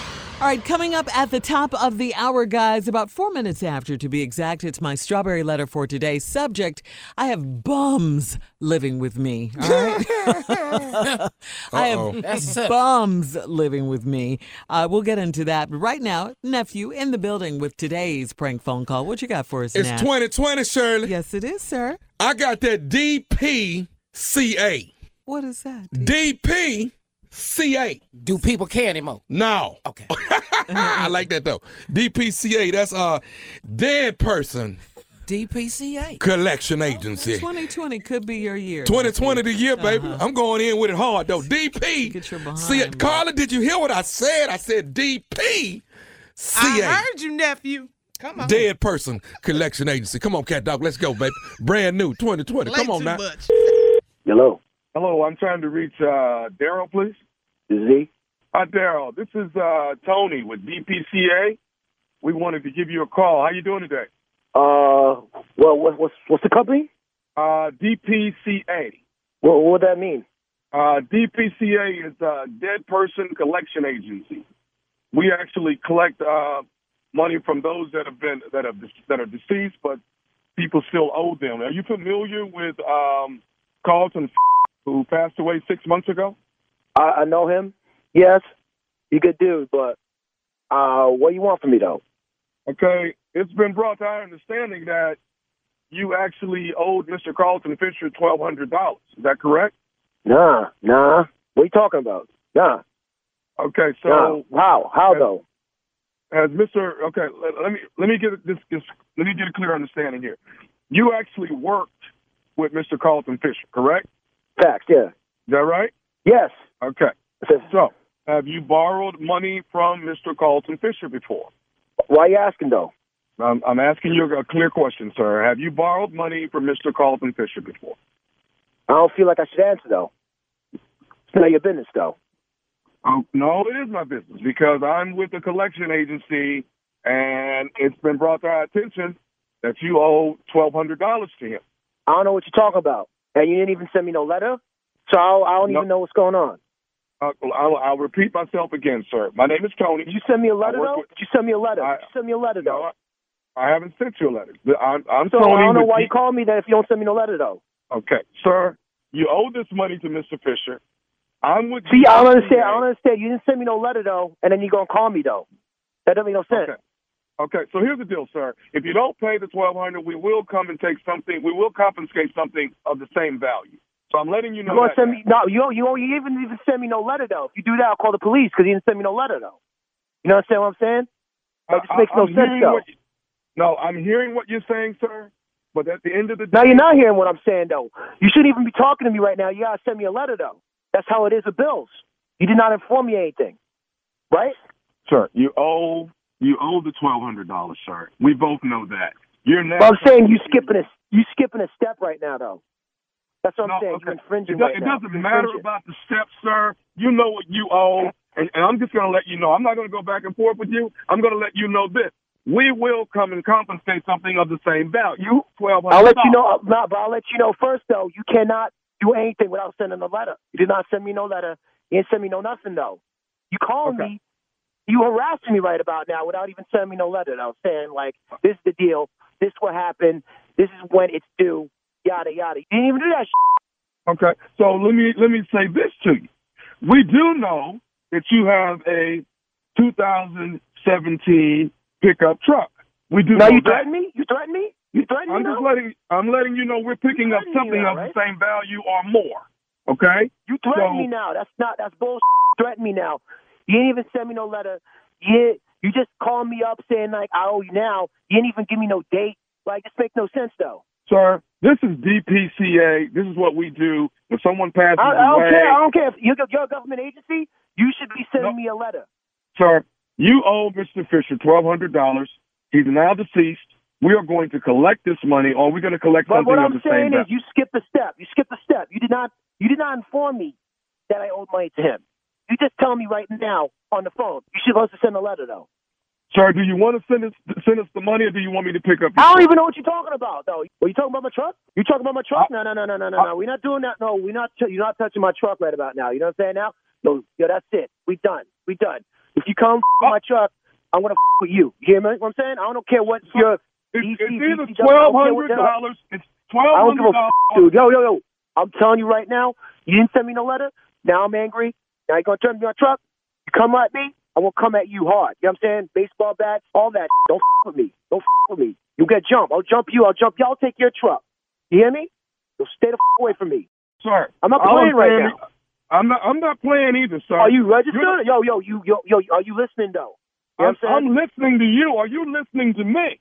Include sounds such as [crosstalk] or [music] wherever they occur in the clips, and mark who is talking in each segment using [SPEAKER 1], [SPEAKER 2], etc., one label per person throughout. [SPEAKER 1] All right, coming up at the top of the hour, guys, about four minutes after to be exact, it's my strawberry letter for today. Subject I have bums living with me. All
[SPEAKER 2] [laughs]
[SPEAKER 1] right? [laughs] I have
[SPEAKER 2] That's it.
[SPEAKER 1] bums living with me. Uh, we'll get into that. But right now, nephew in the building with today's prank phone call. What you got for us,
[SPEAKER 2] It's
[SPEAKER 1] Nat?
[SPEAKER 2] 2020, Shirley.
[SPEAKER 1] Yes, it is, sir.
[SPEAKER 2] I got that DPCA.
[SPEAKER 1] What is that?
[SPEAKER 2] DPCA.
[SPEAKER 3] Do people care anymore?
[SPEAKER 2] No. [laughs]
[SPEAKER 3] Okay.
[SPEAKER 2] Ah, I like that though. DPCA, that's uh dead person
[SPEAKER 3] DPCA.
[SPEAKER 2] collection agency.
[SPEAKER 1] Oh, 2020 could be your year.
[SPEAKER 2] 2020 the year, baby. I'm going in with it hard though. DP.
[SPEAKER 1] Get your behind
[SPEAKER 2] See
[SPEAKER 1] back.
[SPEAKER 2] it. Carla, did you hear what I said? I said DP.
[SPEAKER 4] I heard you, nephew. Come on.
[SPEAKER 2] Dead Person Collection Agency. Come on, Cat Dog. Let's go, baby. Brand new 2020.
[SPEAKER 4] Play
[SPEAKER 2] Come on
[SPEAKER 4] too
[SPEAKER 2] now.
[SPEAKER 4] much.
[SPEAKER 5] Hello,
[SPEAKER 6] Hello, I'm trying to reach uh, Daryl, please.
[SPEAKER 5] this is Z.
[SPEAKER 6] Hi, Daryl. This is uh, Tony with DPCA. We wanted to give you a call. How you doing today?
[SPEAKER 5] Uh, well, what, what's what's the company?
[SPEAKER 6] Uh, DPCA.
[SPEAKER 5] What what would that mean?
[SPEAKER 6] Uh, DPCA is a dead person collection agency. We actually collect uh, money from those that have been that have that are deceased, but people still owe them. Are you familiar with um, Carlton, who passed away six months ago?
[SPEAKER 5] I, I know him. Yes, you good dude, but uh, what you want from me though?
[SPEAKER 6] Okay, it's been brought to our understanding that you actually owed Mr. Carlton Fisher twelve hundred dollars. Is that correct?
[SPEAKER 5] Nah, nah. What you talking about? Nah,
[SPEAKER 6] Okay,
[SPEAKER 5] nah.
[SPEAKER 6] so
[SPEAKER 5] How how though?
[SPEAKER 6] as Mr. Okay, let, let me let me get this, this let me get a clear understanding here. You actually worked with Mr. Carlton Fisher, correct?
[SPEAKER 5] Facts, yeah.
[SPEAKER 6] Is that right?
[SPEAKER 5] Yes.
[SPEAKER 6] Okay, so have you borrowed money from Mr. Carlton Fisher before?
[SPEAKER 5] Why you asking though?
[SPEAKER 6] I'm, I'm asking you a clear question, sir. Have you borrowed money from Mr. Carlton Fisher before?
[SPEAKER 5] I don't feel like I should answer though. It's none of your business though.
[SPEAKER 6] Um, no, it is my business because I'm with the collection agency, and it's been brought to our attention that you owe twelve hundred dollars to him.
[SPEAKER 5] I don't know what you're talking about, and you didn't even send me no letter, so I don't, I don't
[SPEAKER 6] No.
[SPEAKER 5] even know what's going on.
[SPEAKER 6] Uh, I'll, I'll repeat myself again, sir. My name is Tony.
[SPEAKER 5] Did you send me a letter
[SPEAKER 6] work
[SPEAKER 5] though?
[SPEAKER 6] with-
[SPEAKER 5] Did you send me a letter?
[SPEAKER 6] I-
[SPEAKER 5] Did you send me a letter though?
[SPEAKER 6] no, I, I haven't sent you a letter. The- I'm, I'm
[SPEAKER 5] So
[SPEAKER 6] Tony.
[SPEAKER 5] I don't know
[SPEAKER 6] with
[SPEAKER 5] why
[SPEAKER 6] D-
[SPEAKER 5] you called me then if you don't send me no letter though.
[SPEAKER 6] Okay, sir, you owe this money to Mr. Fisher. I'm with.
[SPEAKER 5] See, I don't
[SPEAKER 6] DPCA.
[SPEAKER 5] understand. I don't understand. You didn't send me no letter though, and then you gonna call me though. That doesn't make no sense.
[SPEAKER 6] Okay. Okay, so here's the deal, sir. If you don't pay the twelve hundred, we will come and take something. We will confiscate something of the same value. So I'm letting you know.
[SPEAKER 5] You're gonna
[SPEAKER 6] that
[SPEAKER 5] send
[SPEAKER 6] now.
[SPEAKER 5] me no. You don't- you don't you even even send me no letter though. If you do that, I'll call the police because you didn't send me no letter though. You know what I'm saying? What I'm saying? That just
[SPEAKER 6] I-
[SPEAKER 5] makes no
[SPEAKER 6] I'm
[SPEAKER 5] sense,
[SPEAKER 6] hearing
[SPEAKER 5] though.
[SPEAKER 6] what you- no, I'm hearing what you're saying, sir. But at the end of the day,
[SPEAKER 5] Now you're not hearing what I'm saying though. You shouldn't even be talking to me right now. You gotta send me a letter though. That's how it is with bills. You did not inform me anything, right?
[SPEAKER 6] sir, you owe you owe the twelve hundred dollars, sir. We both know that. You're now.
[SPEAKER 5] But I'm saying you skipping a you skipping a step right now though. That's what I'm
[SPEAKER 6] No,
[SPEAKER 5] saying.
[SPEAKER 6] okay.
[SPEAKER 5] You're infringing
[SPEAKER 6] It, do-
[SPEAKER 5] right
[SPEAKER 6] it
[SPEAKER 5] now.
[SPEAKER 6] doesn't
[SPEAKER 5] You're
[SPEAKER 6] matter
[SPEAKER 5] infringing.
[SPEAKER 6] about the steps, sir. You know what you owe, and, and I'm just going to let you know. I'm not going to go back and forth with you. I'm going to let you know this. We will come and compensate something of the same value. You twelve hundred.
[SPEAKER 5] I'll let you know. I'll, no, but I'll let you know first though. You cannot do anything without sending a letter. You did not send me no letter. You didn't send me no nothing though. You called
[SPEAKER 6] Okay.
[SPEAKER 5] me. You harassing me right about now without even sending me no letter. though, saying like, this is the deal. This what happened. This is when it's due. Yada yada. You didn't even do that. Shit.
[SPEAKER 6] Okay. So let me let me say this to you. We do know that you have a 2017 pickup truck. We do
[SPEAKER 5] Now
[SPEAKER 6] know
[SPEAKER 5] you
[SPEAKER 6] that.
[SPEAKER 5] threaten me. You threaten me. You threaten
[SPEAKER 6] I'm
[SPEAKER 5] me
[SPEAKER 6] just
[SPEAKER 5] now.
[SPEAKER 6] letting I'm letting you know we're picking up
[SPEAKER 5] Threatening
[SPEAKER 6] something
[SPEAKER 5] you now,
[SPEAKER 6] of
[SPEAKER 5] right?
[SPEAKER 6] the same value or more. Okay.
[SPEAKER 5] You threaten
[SPEAKER 6] So-
[SPEAKER 5] me now. That's not. That's bullshit. Threaten me now. You didn't even send me no letter. You you just called me up saying like I owe you now. You didn't even give me no date. Like this makes no sense though.
[SPEAKER 6] Sir, this is DPCA. This is what we do when someone passes
[SPEAKER 5] I, I
[SPEAKER 6] away.
[SPEAKER 5] don't care. I don't care if you're, you're a government agency. You should be sending
[SPEAKER 6] No.
[SPEAKER 5] me a letter.
[SPEAKER 6] Sir, you owe Mr. Fisher twelve hundred dollars. He's now deceased. We are going to collect this money, or we're going to collect
[SPEAKER 5] But
[SPEAKER 6] something
[SPEAKER 5] what
[SPEAKER 6] of
[SPEAKER 5] I'm
[SPEAKER 6] the same
[SPEAKER 5] saying is,
[SPEAKER 6] value.
[SPEAKER 5] you skipped a step. You skipped a step. You did not. You did not inform me that I owed money to him. You just tell me right now on the phone. You should supposed to send a letter though.
[SPEAKER 6] Sir, do you want to send us send us the money, or do you want me to pick up? your-
[SPEAKER 5] I don't even know what you're talking about, though. Are you talking about my truck? You talking about my truck?
[SPEAKER 6] Uh,
[SPEAKER 5] No, no, no, no, no, no, no. We're not doing that. No, we're not. You're not touching my truck right about now. You know what I'm saying? Now, no, yo, that's it. We done. We done. If you come f- my truck, I'm gonna f- with you. You hear me? What I'm saying? I don't care what your E
[SPEAKER 6] It's,
[SPEAKER 5] DC,
[SPEAKER 6] it's either
[SPEAKER 5] DC,
[SPEAKER 6] twelve hundred dollars. It's twelve
[SPEAKER 5] I don't give a
[SPEAKER 6] hundred
[SPEAKER 5] f-
[SPEAKER 6] dollars.
[SPEAKER 5] dude. Yo, yo, yo. I'm telling you right now, you didn't send me no letter. Now I'm angry. Now you're going to turn me on truck. You come at me, I will come at you hard. You know what I'm saying? Baseball bats, all that. Don't f- with me. Don't f- with me. You'll get jumped. I'll jump you. I'll jump you. I'll take your truck. You hear me? So stay the f- away from me.
[SPEAKER 6] Sir,
[SPEAKER 5] I'm not
[SPEAKER 6] all
[SPEAKER 5] playing right
[SPEAKER 6] saying-
[SPEAKER 5] now.
[SPEAKER 6] I'm not. I'm not playing either, sir.
[SPEAKER 5] Are you registered?
[SPEAKER 6] You're-
[SPEAKER 5] Yo, yo, you, yo, yo, are you listening though? You know
[SPEAKER 6] I'm,
[SPEAKER 5] what I'm saying?
[SPEAKER 6] I'm listening to you. Are you listening to me?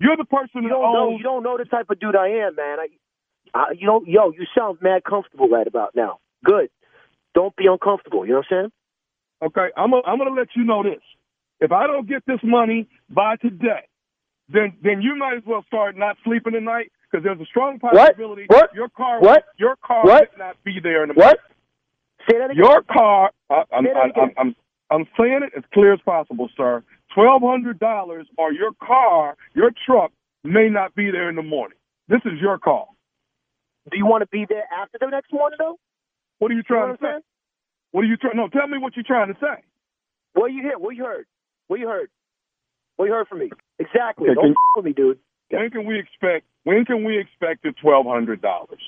[SPEAKER 6] You're the person
[SPEAKER 5] you
[SPEAKER 6] that
[SPEAKER 5] don't know.
[SPEAKER 6] owns.
[SPEAKER 5] You don't know the type of dude I am, man. I, I, you don't. Yo, you sound mad comfortable right about now. Good. Don't be uncomfortable. You know what I'm saying?
[SPEAKER 6] Okay, I'm. i I'm gonna let you know this. If I don't get this money by today, then then you might as well start not sleeping at night because there's a strong possibility
[SPEAKER 5] What?
[SPEAKER 6] your car
[SPEAKER 5] What?
[SPEAKER 6] your car
[SPEAKER 5] What?
[SPEAKER 6] might not be there in the morning.
[SPEAKER 5] What? Say that again.
[SPEAKER 6] Your car. I, I'm,
[SPEAKER 5] Say that
[SPEAKER 6] I, I'm,
[SPEAKER 5] again.
[SPEAKER 6] I'm, I'm saying it as clear as possible, sir. Twelve hundred dollars, or your car, your truck may not be there in the morning. This is your call.
[SPEAKER 5] Do you want to be there after the next morning though?
[SPEAKER 6] What are you
[SPEAKER 5] You know
[SPEAKER 6] trying
[SPEAKER 5] what I'm
[SPEAKER 6] to
[SPEAKER 5] saying?
[SPEAKER 6] say? What are you trying? No, tell me what you're trying to say.
[SPEAKER 5] What you hear? What you heard? What you heard? What you heard from me? Exactly.
[SPEAKER 6] Okay,
[SPEAKER 5] Don't
[SPEAKER 6] can-
[SPEAKER 5] f- with me, dude.
[SPEAKER 6] When can we expect? When can we expect the twelve hundred dollars?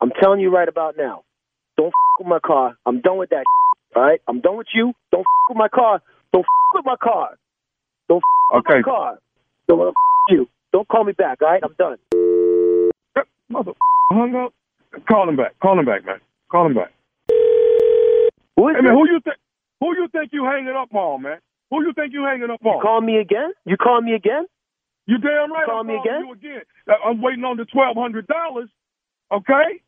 [SPEAKER 5] I'm telling you right about now. Don't f- with my car. I'm done with that. All right. I'm done with you. Don't f- with my car. Don't f- with my car.
[SPEAKER 6] Okay,
[SPEAKER 5] My car. Don't wanna f- you. Don't call me back. All right. I'm done.
[SPEAKER 6] mother hung up. Call him back. Call him back, man. Call him back.
[SPEAKER 5] Who is
[SPEAKER 6] Hey
[SPEAKER 5] this?
[SPEAKER 6] man, who you think? Who you think you hanging up on, man? Who you think you hanging up on?
[SPEAKER 5] Call me again? You call me again?
[SPEAKER 6] You damn right.
[SPEAKER 5] Call
[SPEAKER 6] I'm
[SPEAKER 5] me
[SPEAKER 6] calling You again. Uh, I'm waiting on the twelve hundred dollars. Okay.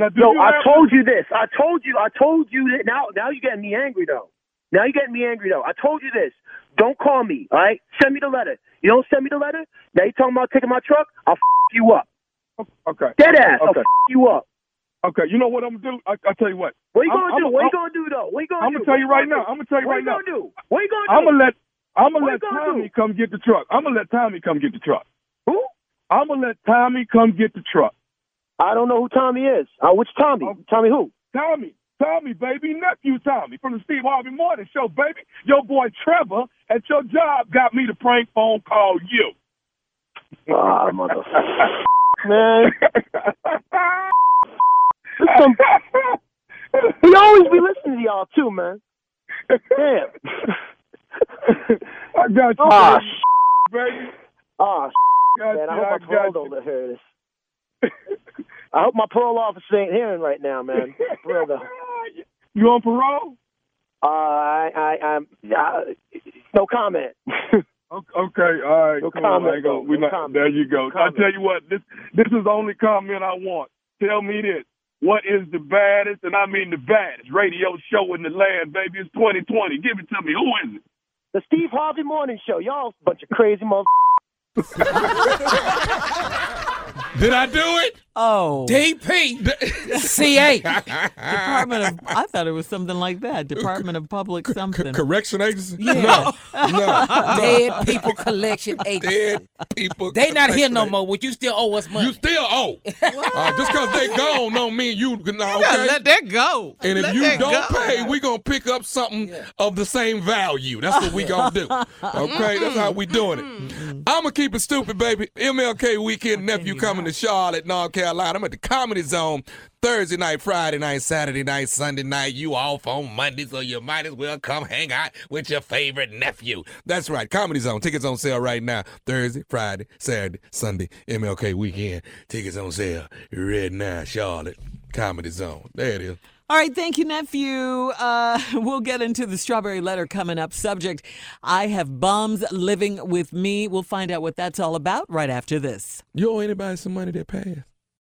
[SPEAKER 6] Now, do
[SPEAKER 5] No,
[SPEAKER 6] you
[SPEAKER 5] I
[SPEAKER 6] have-
[SPEAKER 5] told you this. I told you. I told you that. Now, now you're getting me angry though. Now you're getting me angry though. I told you this. Don't call me. All right. Send me the letter. You don't send me the letter. Now you're talking about taking my truck. I'll f- you up.
[SPEAKER 6] Okay.
[SPEAKER 5] Dead ass. I'll
[SPEAKER 6] Okay.
[SPEAKER 5] f- you up.
[SPEAKER 6] Okay. You know what I'm gonna do? I, I tell you what.
[SPEAKER 5] What you
[SPEAKER 6] I'm-
[SPEAKER 5] gonna
[SPEAKER 6] I'm-
[SPEAKER 5] do? what you
[SPEAKER 6] I'm-
[SPEAKER 5] gonna do though? What you gonna
[SPEAKER 6] I'm
[SPEAKER 5] do?
[SPEAKER 6] gonna tell you
[SPEAKER 5] What
[SPEAKER 6] right
[SPEAKER 5] gonna
[SPEAKER 6] now. I'm gonna tell
[SPEAKER 5] do?
[SPEAKER 6] you
[SPEAKER 5] What
[SPEAKER 6] right
[SPEAKER 5] you
[SPEAKER 6] now.
[SPEAKER 5] gonna do? What you gonna
[SPEAKER 6] I'm
[SPEAKER 5] do?
[SPEAKER 6] gonna let I'm gonna
[SPEAKER 5] What
[SPEAKER 6] let
[SPEAKER 5] you gonna
[SPEAKER 6] Tommy
[SPEAKER 5] do?
[SPEAKER 6] come get the truck. I'm gonna let Tommy come get the truck.
[SPEAKER 5] Who?
[SPEAKER 6] I'm gonna let Tommy come get the truck.
[SPEAKER 5] I don't know who Tommy is. Uh, which Tommy?
[SPEAKER 6] Oh.
[SPEAKER 5] Tommy
[SPEAKER 6] [laughs]
[SPEAKER 5] who?
[SPEAKER 6] Tommy, Tommy, baby, nephew Tommy from the Steve Harvey Morning Show, baby. Your boy Trevor at your job got me to prank phone call you. Oh,
[SPEAKER 5] Ah, mother. Man, some- he always be listening to y'all too, man. Damn.
[SPEAKER 6] I got you,
[SPEAKER 5] Ah,
[SPEAKER 6] baby.
[SPEAKER 5] sh-
[SPEAKER 6] baby.
[SPEAKER 5] ah, sh-
[SPEAKER 6] Got
[SPEAKER 5] man. I
[SPEAKER 6] you,
[SPEAKER 5] hope my
[SPEAKER 6] got
[SPEAKER 5] parole
[SPEAKER 6] you.
[SPEAKER 5] don't hear this. I hope my parole officer ain't hearing right now,
[SPEAKER 6] [laughs]
[SPEAKER 5] man. Brother,
[SPEAKER 6] You on parole?
[SPEAKER 5] uh, I, I, I'm, uh, no comment.
[SPEAKER 6] O- Okay, all right.
[SPEAKER 5] No
[SPEAKER 6] come on,
[SPEAKER 5] comment,
[SPEAKER 6] I ain't gonna-
[SPEAKER 5] though.
[SPEAKER 6] we
[SPEAKER 5] No
[SPEAKER 6] not-
[SPEAKER 5] comment.
[SPEAKER 6] There you go.
[SPEAKER 5] comment.
[SPEAKER 6] I tell you what, this this is the only comment I want. Tell me this: what is the baddest, and I mean the baddest radio show in the land, baby? It's 2020. Give it to me. Who is it?
[SPEAKER 5] The Steve Harvey Morning Show, y'all bunch of crazy mother.
[SPEAKER 2] Did I do it?
[SPEAKER 1] Oh,
[SPEAKER 2] [laughs]
[SPEAKER 3] DPCA.
[SPEAKER 1] Department of. I thought it was something like that. Department of Public something.
[SPEAKER 2] Correction agency?
[SPEAKER 3] Yeah.
[SPEAKER 2] No, [laughs] no.
[SPEAKER 3] Dead [laughs] People Collection Agency.
[SPEAKER 2] Dead people.
[SPEAKER 3] They not here
[SPEAKER 2] Correction
[SPEAKER 3] no
[SPEAKER 2] Agency.
[SPEAKER 3] more, but you still owe us money.
[SPEAKER 2] You still owe. Uh, just because they gone don't mean you. Nah,
[SPEAKER 4] gotta
[SPEAKER 2] okay?
[SPEAKER 4] let that go.
[SPEAKER 2] And if
[SPEAKER 4] Let
[SPEAKER 2] you
[SPEAKER 4] that
[SPEAKER 2] don't
[SPEAKER 4] go.
[SPEAKER 2] pay, we're gonna pick up something of the same value. That's what we gonna
[SPEAKER 4] [laughs]
[SPEAKER 2] do.
[SPEAKER 4] Mm-hmm.
[SPEAKER 2] Okay, that's how we doing it. I'ma keep it stupid, baby. MLK weekend nephew coming to Charlotte, North Carolina. I'm at the comedy zone Thursday night, Friday night, Saturday night, Sunday night. You off on Monday, so you might as well come hang out with your favorite nephew. That's right, comedy zone. Tickets on sale right now. Thursday, Friday, Saturday, Sunday, MLK weekend. Tickets on sale right now, Charlotte. Comedy Zone. There it is.
[SPEAKER 1] [laughs] All right, thank you, nephew. Uh, [laughs] we'll get into the strawberry letter coming up. Subject I have bums living with me. We'll find out what that's all about right after this.
[SPEAKER 2] You owe anybody some money that passed.